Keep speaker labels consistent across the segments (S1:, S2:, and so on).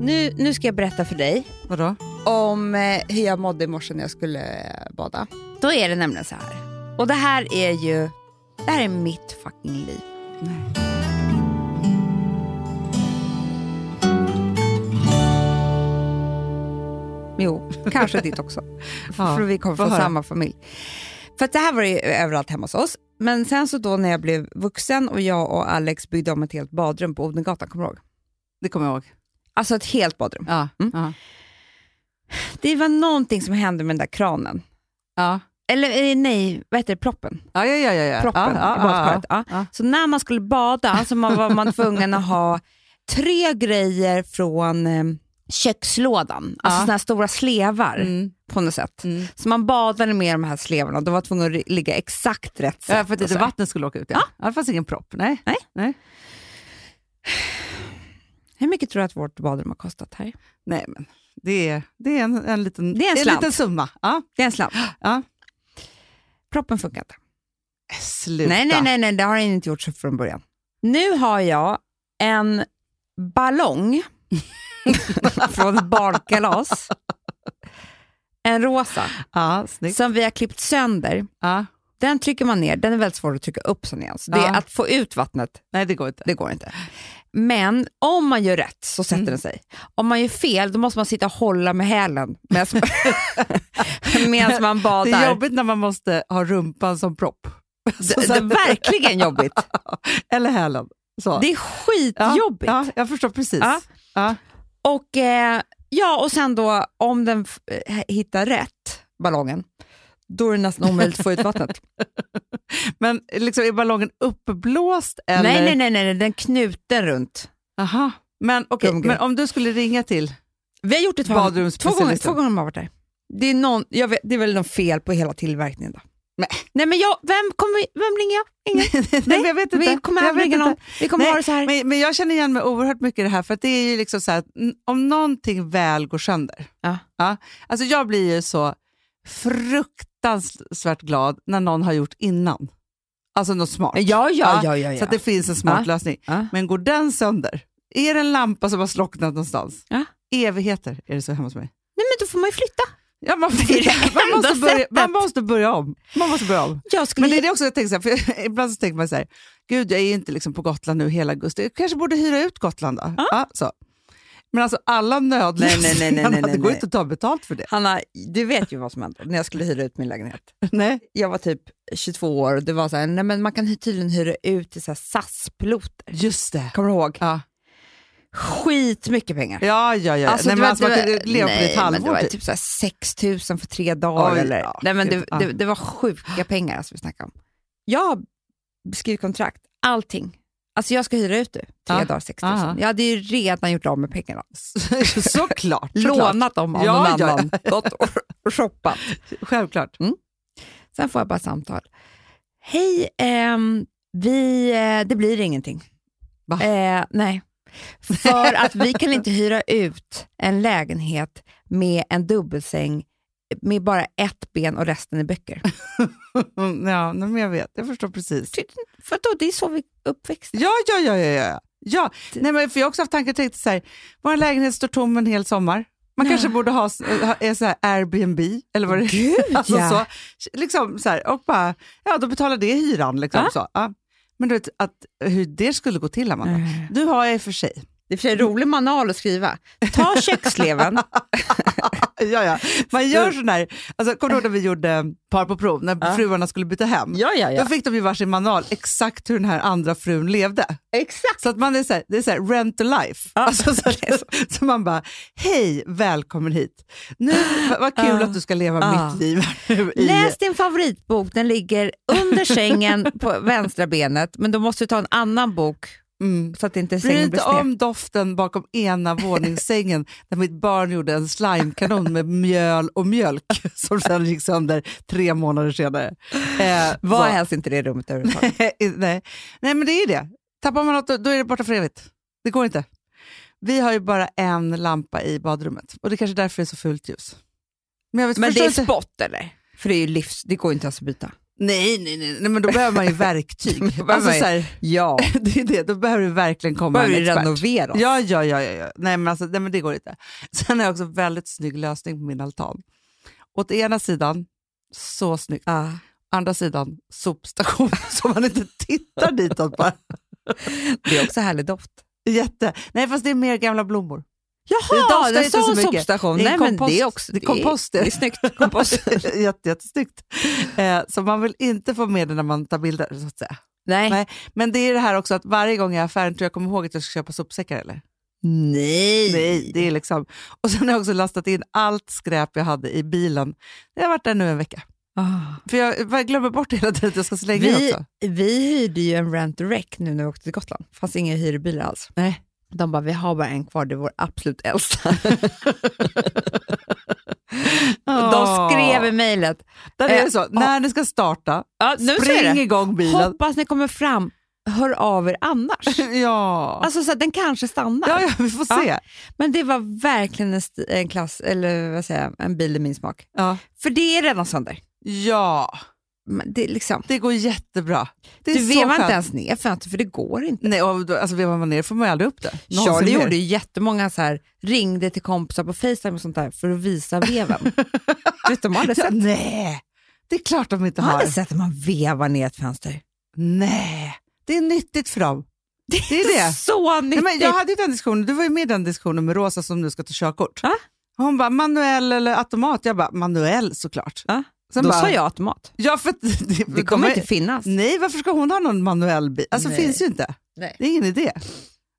S1: Nu, nu ska jag berätta för dig
S2: Vadå?
S1: om eh, hur jag mådde i morse när jag skulle eh, bada. Då är det nämligen så här. Och det här är ju, det här är mitt fucking liv. Jo, kanske ditt också.
S2: Ja,
S1: för vi kommer
S2: få
S1: från
S2: höra.
S1: samma familj. För att det här var det ju överallt hemma hos oss. Men sen så då när jag blev vuxen och jag och Alex byggde om ett helt badrum på Odengatan, kommer du ihåg?
S2: Det kommer jag ihåg.
S1: Alltså ett helt badrum.
S2: Ja.
S1: Mm.
S2: Ja.
S1: Det var någonting som hände med den där kranen.
S2: Ja.
S1: Eller eh, nej, vad heter det? Proppen.
S2: Ja, ja, ja, ja, ja.
S1: Proppen
S2: ja, ja,
S1: i badkaret. Ja,
S2: ja.
S1: Så när man skulle bada så man, var man tvungen att ha tre grejer från eh, kökslådan. Alltså
S2: Ja.
S1: sådana här stora slevar
S2: Ja. Mm.
S1: på något sätt.
S2: Mm.
S1: Så man badade med de här slevarna och då var man tvungen att ri- ligga exakt rätt sätt.
S2: ja, för att
S1: och så
S2: inte
S1: här.
S2: vattnet skulle åka ut. Ja. Ja. Det fanns ingen propp. Nej.
S1: Nej.
S2: Nej.
S1: Hur mycket tror du att vårt badrum har kostat här?
S2: Nej, men det är, det är, en, en, liten,
S1: Det är en
S2: en
S1: slant.
S2: liten summa. Ja.
S1: Det är en slant.
S2: Ja.
S1: Proppen funkar inte.
S2: Sluta.
S1: Nej, nej, nej, nej, det har den inte gjort så från början. Nu har jag en ballong från ett barnkalas. En rosa
S2: Ja, snyggt.
S1: som vi har klippt sönder.
S2: Ja.
S1: Den trycker man ner. Den är väldigt svår att trycka upp sen igen. Så det,
S2: Ja.
S1: Att få ut vattnet,
S2: Nej, det går inte.
S1: det går inte. Men om man gör rätt så sätter
S2: Mm.
S1: den sig. Om man gör fel då måste man sitta och hålla med hälen medan medan man badar.
S2: Det är jobbigt när man måste ha rumpan som propp. Så-
S1: Det- det är verkligen jobbigt.
S2: Eller hälen. Så.
S1: Det är skitjobbigt.
S2: Ja, ja, jag förstår precis.
S1: Ja.
S2: Ja.
S1: Och, eh, ja, och sen då, om den f- eh, hittar rätt, ballongen, då är det nästan omöjligt att få ut vattnet.
S2: Men liksom, är ballongen uppblåst? Eller?
S1: nej, nej, nej, nej, nej, den knuten runt.
S2: Aha. Men, okej,
S1: Gumgum.
S2: men om du skulle ringa till
S1: Vi har gjort det två, två gånger. Två
S2: badrumsspecialisten?
S1: gånger har man varit där. Det är, någon, jag vet, det är väl någon fel på hela tillverkningen då. Nej, nej men jag, vem, kommer, vem ringer jag? Ingen.
S2: Nej, men jag vet inte.
S1: Vi kommer
S2: jag
S1: aldrig
S2: vet
S1: ringa någon.
S2: inte.
S1: Vi kommer
S2: Nej,
S1: ha det så här.
S2: Men, men jag känner igen mig oerhört mycket i det här, för att det är ju liksom så här, att n- om någonting väl går sönder.
S1: Ja.
S2: Alltså jag blir ju så fruktansvärt glad när någon har gjort innan. Alltså något smart.
S1: ja, ja, ja, ja, ja.
S2: Så att det finns en smart
S1: Ja.
S2: lösning.
S1: Ja.
S2: Men går den sönder, är det en lampa som har slocknat någonstans?
S1: Ja.
S2: Evigheter är det så hemma hos mig.
S1: Nej, men då får man ju flytta.
S2: Ja, man,
S1: Det är det
S2: man, måste
S1: enda
S2: börja,
S1: sättet.
S2: man måste börja om. Man måste börja om.
S1: Jag skulle
S2: Men det är det också jag tänker, så här, för ibland så tänker man så här, gud jag är ju inte liksom på Gotland nu hela augusti, jag kanske borde hyra ut Gotland då. Ja, så. Men alltså alla nödlösningar,
S1: Nej, nej, nej, nej, nej,
S2: det går
S1: nej.
S2: inte att ta betalt för det.
S1: Hanna, du vet ju vad som hände när jag skulle hyra ut min lägenhet.
S2: Nej.
S1: jag var typ 22 år och det var så här, nej men man kan hy- tydligen hyra ut till så här SAS-piloter.
S2: Just det.
S1: Kommer du ihåg?
S2: Ja,
S1: Skitmycket pengar.
S2: ja, ja. ja.
S1: Alltså,
S2: Eh, nej,
S1: det
S2: men
S1: var-
S2: alltså, man
S1: det var-
S2: kunde leva på det ett
S1: nej, men det
S2: halvår
S1: var
S2: typ.
S1: typ så här 6 000 för tre dagar.
S2: Oj,
S1: eller,
S2: ja,
S1: nej, men det,
S2: gud, ja.
S1: det, det var sjuka pengar alltså, vi snackade om. Jag har skrivit kontrakt, allting. Alltså jag ska hyra ut det, tre
S2: Ja.
S1: dagar 6 000.
S2: Aha.
S1: Jag hade ju redan gjort av med pengarna.
S2: Såklart. såklart.
S1: Lånat dem av
S2: Ja,
S1: någon
S2: ja,
S1: annan, gått och, och shoppat.
S2: Självklart.
S1: Sen får jag bara ett samtal. Hej, ehm, vi, eh, det blir ingenting.
S2: Va?
S1: Eh, nej. För att vi kan inte hyra ut en lägenhet med en dubbelsäng med bara ett ben och resten är böcker.
S2: Mm, Ja, nej, men jag vet, jag förstår precis.
S1: Typ. För då, det är så vi uppväxte.
S2: Ja, ja, ja, ja. ja. ja.
S1: Typ.
S2: Nej, men för jag har också haft tankar och tänkt så här, vår lägenhet står tom en hel sommar. Man kanske borde ha, s- ha är så här Airbnb eller vad det
S1: Gud,
S2: alltså,
S1: ja.
S2: så, liksom, så här, och bara, ja då betalar det hyran. Liksom,
S1: Ja.
S2: så. Ja. Men du vet, att, hur det skulle gå till, Amanda.
S1: Mm.
S2: Du har jag i och för sig.
S1: Det är för sig en rolig manual att skriva. Ta köksleven.
S2: Ja, ja. Man gör sån här, alltså, kommer du ihåg när vi gjorde Par på prov, när
S1: Ja.
S2: fruarna skulle byta hem?
S1: ja, ja,
S2: Då fick de ju varsin manual exakt hur den här andra frun levde.
S1: Exakt.
S2: Så att man är så här, det är så här rent a life. Alltså, så, så man bara, hej, välkommen hit. Nu, vad- vad kul
S1: Ja.
S2: att du ska leva
S1: Ja.
S2: mitt liv här nu. I,
S1: Läs din favoritbok, den ligger under sängen på vänstra benet, men då måste du ta en annan bok
S2: mm.
S1: så att inte
S2: Bryr dig
S1: sängen blir
S2: inte
S1: sned.
S2: om doften bakom ena våningssängen där mitt barn gjorde en slimekanon med mjöl och mjölk som sen gick sönder tre månader senare. Eh,
S1: Var
S2: så-
S1: helst inte i det rummet överhuvudtaget.
S2: Nej. Nej, men det är ju det. Tappar man något, då- då är det borta för evigt. Det går inte. Vi har ju bara en lampa i badrummet och det är kanske därför det är så fult ljus. Men, jag vet,
S1: Men det
S2: förstår
S1: är
S2: inte-
S1: spott eller? För det, är ju livs, det går ju inte ens att byta.
S2: Nej, nej, nej, nej, men då behöver man ju verktyg.
S1: Då behöver
S2: alltså,
S1: man ju-
S2: så här,
S1: Ja,
S2: det är det, då behöver du verkligen komma
S1: börjar
S2: en
S1: ju
S2: expert.
S1: renoveras.
S2: Ja, ja, ja, ja, ja. Nej, men alltså, nej, men det går inte. Sen har jag också väldigt snygg lösning på min altan. Åt ena sidan, så snyggt.
S1: Ah.
S2: Andra sidan, sopstation, så man inte tittar ditåt bara.
S1: Det är också härlig doft.
S2: Jätte. Nej, fast det är mer gamla blommor.
S1: Jaha,
S2: doftar
S1: det är
S2: inte
S1: så
S2: så mycket.
S1: sopstation.
S2: Det är
S1: Nej, men
S2: kompost.
S1: det är också...
S2: Det är kompost, det.
S1: Det är, det är snyggt. Kompost.
S2: Jätte, jättesnyggt. Eh, så man vill inte få med det när man tar bilder, så att säga.
S1: Nej.
S2: Nej. Men det är det här också att varje gång jag är i affären tror jag kommer ihåg att jag ska köpa sopsäckar eller?
S1: Nej.
S2: Nej, det är liksom... Och sen har jag också lastat in allt skräp jag hade i bilen. Jag har varit där nu en vecka.
S1: Ah.
S2: För jag bara glömmer bort hela tiden att jag ska slänga in
S1: Vi,
S2: också.
S1: vi hyrde ju en rent wreck nu när vi åkte till Gotland. Det fanns inga hyrbilar alls.
S2: Nej.
S1: De bara, vi har bara en kvar, det är vår absolut äldsta. De skrev i mejlet,
S2: Där är det så,
S1: eh,
S2: när ni ska starta,
S1: ja, nu så är
S2: spring
S1: det.
S2: igång bilen.
S1: hoppas ni kommer fram, hör av er annars.
S2: Ja.
S1: Alltså så att den kanske stannar.
S2: ja, ja, vi får
S1: Ja.
S2: se.
S1: Men det var verkligen en, sti- en klass, eller vad säger jag, en bil i min smak.
S2: Ja.
S1: För det är redan sönder.
S2: ja,
S1: Men det är liksom,
S2: det går jättebra. Det är
S1: du
S2: så
S1: vevar
S2: skönt.
S1: inte ens ner för att, för det går inte.
S2: Nej, och då, alltså vevar man ner får man ju aldrig upp det. Någonsin
S1: Charlie
S2: mer.
S1: gjorde ju jättemånga så här, ringde till kompisar på Facetime och sånt där för att visa veven. Vet du, de har aldrig
S2: Ja,
S1: sett,
S2: Nej, det är klart de inte
S1: de har
S2: har.
S1: aldrig sett att man vevar ner ett fönster.
S2: Nej, det är nyttigt för dem. Det är det.
S1: Så nyttigt!
S2: Nej, men jag hade ju den diskussionen, du var ju med i den diskussionen med Rosa som nu ska ta körkort.
S1: Ja.
S2: Hon bara, manuell eller automat? Jag bara, manuell såklart.
S1: Ja.
S2: Sen
S1: Då
S2: bara,
S1: sa jag automat.
S2: Ja, för att det,
S1: Det kommer inte finnas.
S2: Nej, varför ska hon ha någon manuell bil? Alltså
S1: Nej.
S2: finns ju inte.
S1: Nej.
S2: Det är ingen idé.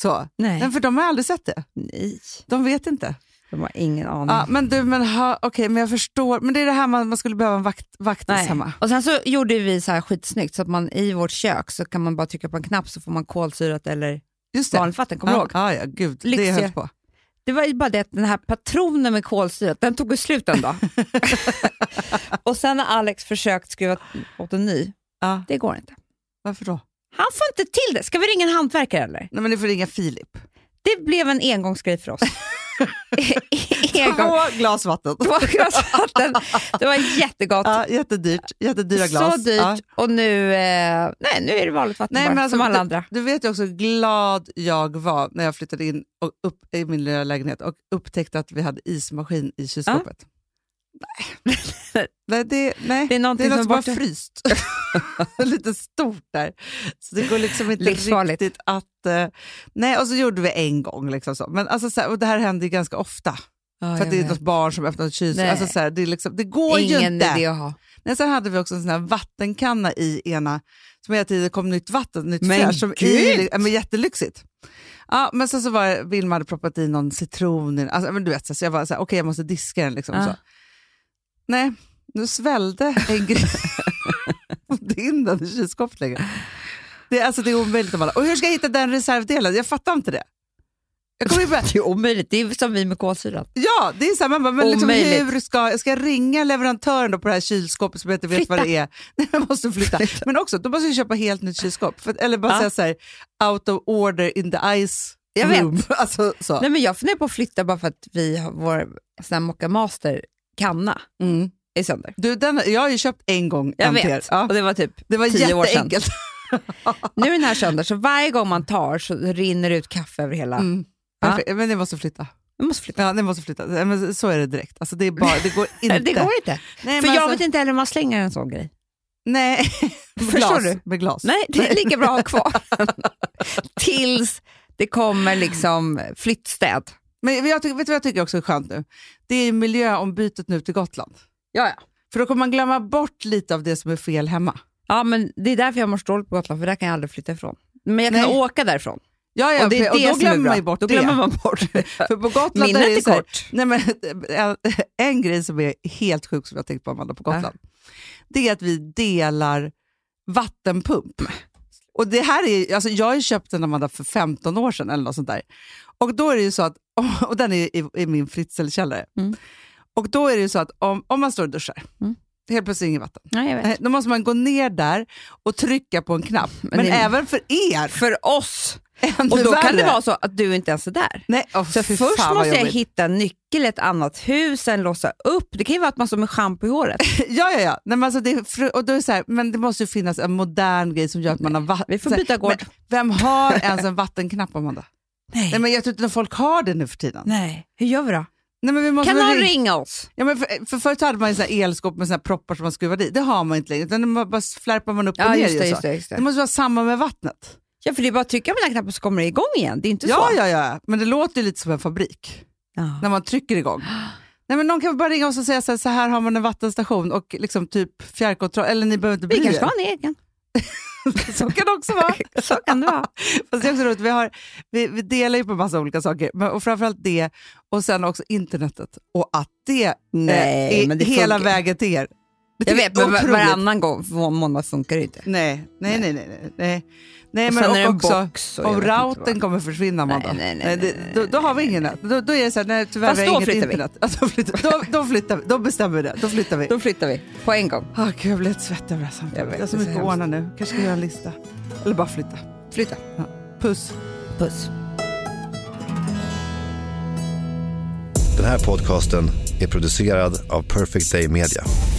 S2: Så.
S1: Nej.
S2: Men för de har aldrig sett det.
S1: Nej.
S2: De vet inte.
S1: De har ingen aning.
S2: Ja, men du, men ha, okej, men jag förstår. Men det är det här man, man skulle behöva en vakt, vaktis
S1: Nej.
S2: hemma.
S1: Och sen så gjorde vi så här skitsnyggt så att man i vårt kök så kan man bara trycka på en knapp så får man kolsyrat eller
S2: Just det.
S1: vanligt vatten. Kommer du
S2: ja,
S1: ihåg?
S2: ja, ja, gud. Det
S1: Lyxiga.
S2: höll på.
S1: Det var ju bara det att den här patronen med kolsyrat, den tog ju slut en dag. och sen har Alex försökt skruva åt en ny.
S2: Ja,
S1: Det går inte.
S2: varför då?
S1: Han får inte till det. Ska vi ringa en hantverkare eller?
S2: Nej, men du får ringa Filip.
S1: Det blev en engångsgrej för oss. Engång.
S2: Två glas vatten.
S1: Två glas vatten. Det var jättegott.
S2: Ja, jättedyrt. Jättedyra glas.
S1: Så dyrt
S2: Ja.
S1: och nu, eh, nej, nu är det vanligt vatten
S2: Nej,
S1: bara,
S2: men alltså,
S1: som alla
S2: du-
S1: andra.
S2: Du vet ju också hur glad jag var när jag flyttade in och upp i min lilla lägenhet och upptäckte att vi hade ismaskin i kylskåpet. Nej. nej, det, nej,
S1: Ah. Det är någonting
S2: något
S1: som
S2: som bara
S1: borta-
S2: fryst. Lite stort där. Så det går liksom inte
S1: Livsfarligt.
S2: riktigt att... eh, nej, och så gjorde vi en gång. Liksom så. Men alltså, så här, och det här händer ju ganska ofta.
S1: Ja,
S2: för
S1: jag
S2: att det är
S1: vet.
S2: något barn som öppnar ett kylskåp.
S1: Nej.
S2: Alltså, så här, det, är liksom, det går ju
S1: Ingen
S2: inte.
S1: idé att ha.
S2: Nej, sen hade vi också en sån här vattenkanna i ena, som hela tiden kom nytt vatten, nytt
S1: Men
S2: fräscht. som
S1: gud!
S2: I, ja, men jättelyxigt. Ja, men sen så var det- Vilma hade proppat i någon citron, i den. alltså, men du vet, så så jag var så här, okej jag måste diska den liksom.
S1: Ja.
S2: Så. Nej, nu svällde en grej. Jag får inte in den i kylskåpet längre. Det, är- alltså, det är omöjligt att hålla. Och hur ska jag hitta den reservdelen? Jag fattar inte det. Jag kommer ju börja,
S1: Det är omöjligt, det är som vi med kolsyran.
S2: Ja, det är så här, man bara, men liksom,
S1: Omöjligt.
S2: hur ska jag, ska jag ringa leverantören då på det här kylskåpet som jag inte vet
S1: Flytta.
S2: vad det är? Nej, jag måste flytta. Men också, då måste jag köpa helt nytt kylskåp. För, eller bara
S1: Ja.
S2: säga så här, out of order in the ice
S1: Jag vet.
S2: room. Alltså, så.
S1: Nej, men jag funderar på att flytta bara för att vi har vår sån här Mocca Master kanna
S2: Mm.
S1: är sönder.
S2: Du, den, jag har ju köpt en gång
S1: Jag
S2: en till er.
S1: vet,
S2: Ja.
S1: och det var typ
S2: Det var
S1: tio år sedan.
S2: jätteenkelt.
S1: Nu är den här sönder, så varje gång man tar så rinner det ut kaffe över hela...
S2: Mm.
S1: Ja.
S2: Perfekt. Men ni måste flytta.
S1: Vi måste flytta.
S2: Ja, ni måste flytta. Nej, Men så är det direkt. Alltså, det, är bara, det går inte.
S1: Nej, Det går inte.
S2: Nej,
S1: För
S2: men
S1: jag
S2: alltså,
S1: vet inte heller om man slänger en sån grej.
S2: Nej, Med
S1: Förstår
S2: glas,
S1: du?
S2: Med glas.
S1: Nej, det är lika bra att ha kvar Tills det kommer liksom flyttstäd.
S2: Men jag, tycker- vet du vad jag tycker också är skönt nu? Det är ju miljöombytet nu till Gotland.
S1: Ja, ja.
S2: För då kommer man glömma bort lite av det som är fel hemma.
S1: ja, men det är därför jag mår så dåligt på Gotland, för där kan jag aldrig flytta ifrån. Men jag kan
S2: Nej.
S1: åka därifrån.
S2: Ja, ja,
S1: Och det är
S2: och
S1: det
S2: då
S1: som är
S2: glömmer
S1: bra.
S2: man ju bort
S1: Då
S2: det.
S1: glömmer man bort det.
S2: För på Gotland
S1: Minnet
S2: där är, det
S1: är
S2: så här,
S1: kort.
S2: nej, men, en, en grej som är helt sjuk som jag tänkt på Amanda på Gotland, det är att vi delar vattenpump. Och det här är, alltså jag har ju köpt den Amanda för 15 år sedan eller något sånt där. Och då är det ju så att, och den är i, i min fritzelkällare.
S1: Mm.
S2: Och då är det ju så att om, om man står och duschar,
S1: Mm.
S2: helt plötsligt inget vatten.
S1: Nej, jag vet.
S2: Nej, Då måste man gå ner där och trycka på en knapp. Men,
S1: det är-
S2: även för er.
S1: För oss
S2: Ännu
S1: Och då kan det
S2: värre.
S1: vara så att du inte ens är där.
S2: Nej, åh,
S1: Så
S2: fy
S1: först
S2: fan vad
S1: måste jag
S2: jobbigt.
S1: hitta en nyckel i ett annat hus, sen låsa upp. Det kan ju vara att man står med schampo i håret.
S2: Ja, ja, ja. Nej, men, alltså det är fru- och då är det så här, men det måste ju finnas en modern grej som gör att man har vatten.
S1: Vi får byta gård.
S2: Vem har ens en vattenknapp, Amanda? Nej, men jag tror inte att folk har det nu för tiden. Nej.
S1: Nej. Hur gör vi då?
S2: men vi måste
S1: Kan
S2: väl
S1: någon
S2: ring-
S1: ringa oss?
S2: Ja, men för, för förut hade man ju så här elskåp med såna här proppar som man skruvar i. Det har man inte längre, utan man bara flärpar man upp och ner. ju så.
S1: det, just
S2: det måste vara samma med vattnet.
S1: Ja, för det är bara att trycka på den här knappen så kommer det igång igen. Det är inte
S2: Ja,
S1: så.
S2: ja, ja, men det låter ju lite som en fabrik
S1: Ja.
S2: när man trycker igång. Nej, men någon kan väl bara ringa oss och säga så här, så här har man en vattenstation och liksom typ fjärrkontroll, eller ni behöver inte
S1: Vi
S2: bry
S1: kanske
S2: er.
S1: har en egen.
S2: Så kan det också vara.
S1: Så kan det vara.
S2: Fast det är också roligt, vi, har, vi, vi delar ju på massa olika saker, men, och framförallt det och sen också internetet och att det eh, är hela
S1: funkar.
S2: vägen till er. Det
S1: Jag
S2: tycker
S1: vet, men
S2: är
S1: var-
S2: otroligt.
S1: varannan gång, var- månad funkar det ju inte.
S2: Nej, nej, nej. nej, nej, nej. nej
S1: Och
S2: men
S1: sen är det
S2: och
S1: en
S2: också
S1: box och jag
S2: om
S1: vet inte vad.
S2: routern kommer försvinna, Amanda.
S1: Nej, nej, nej,
S2: det-
S1: nej,
S2: då, då har vi ingen nät. Då, då är det så här, nej, tyvärr
S1: Fast
S2: vi
S1: då
S2: har inget
S1: flyttar vi.
S2: internet. Ja, då, flyttar, då, då flyttar vi. Då bestämmer vi det. Då flyttar vi.
S1: Då flyttar vi på en gång.
S2: Åh, Ah, Gud, jag blir helt svettig över det här
S1: Jag
S2: samtalet.
S1: vet,
S2: Jag har så
S1: det är så
S2: mycket att
S1: hemskt.
S2: ordna nu. kanske ska göra en lista. Eller bara flytta.
S1: Flytta.
S2: Puss.
S1: Puss.
S3: Den här podcasten är producerad av Perfect Day Media.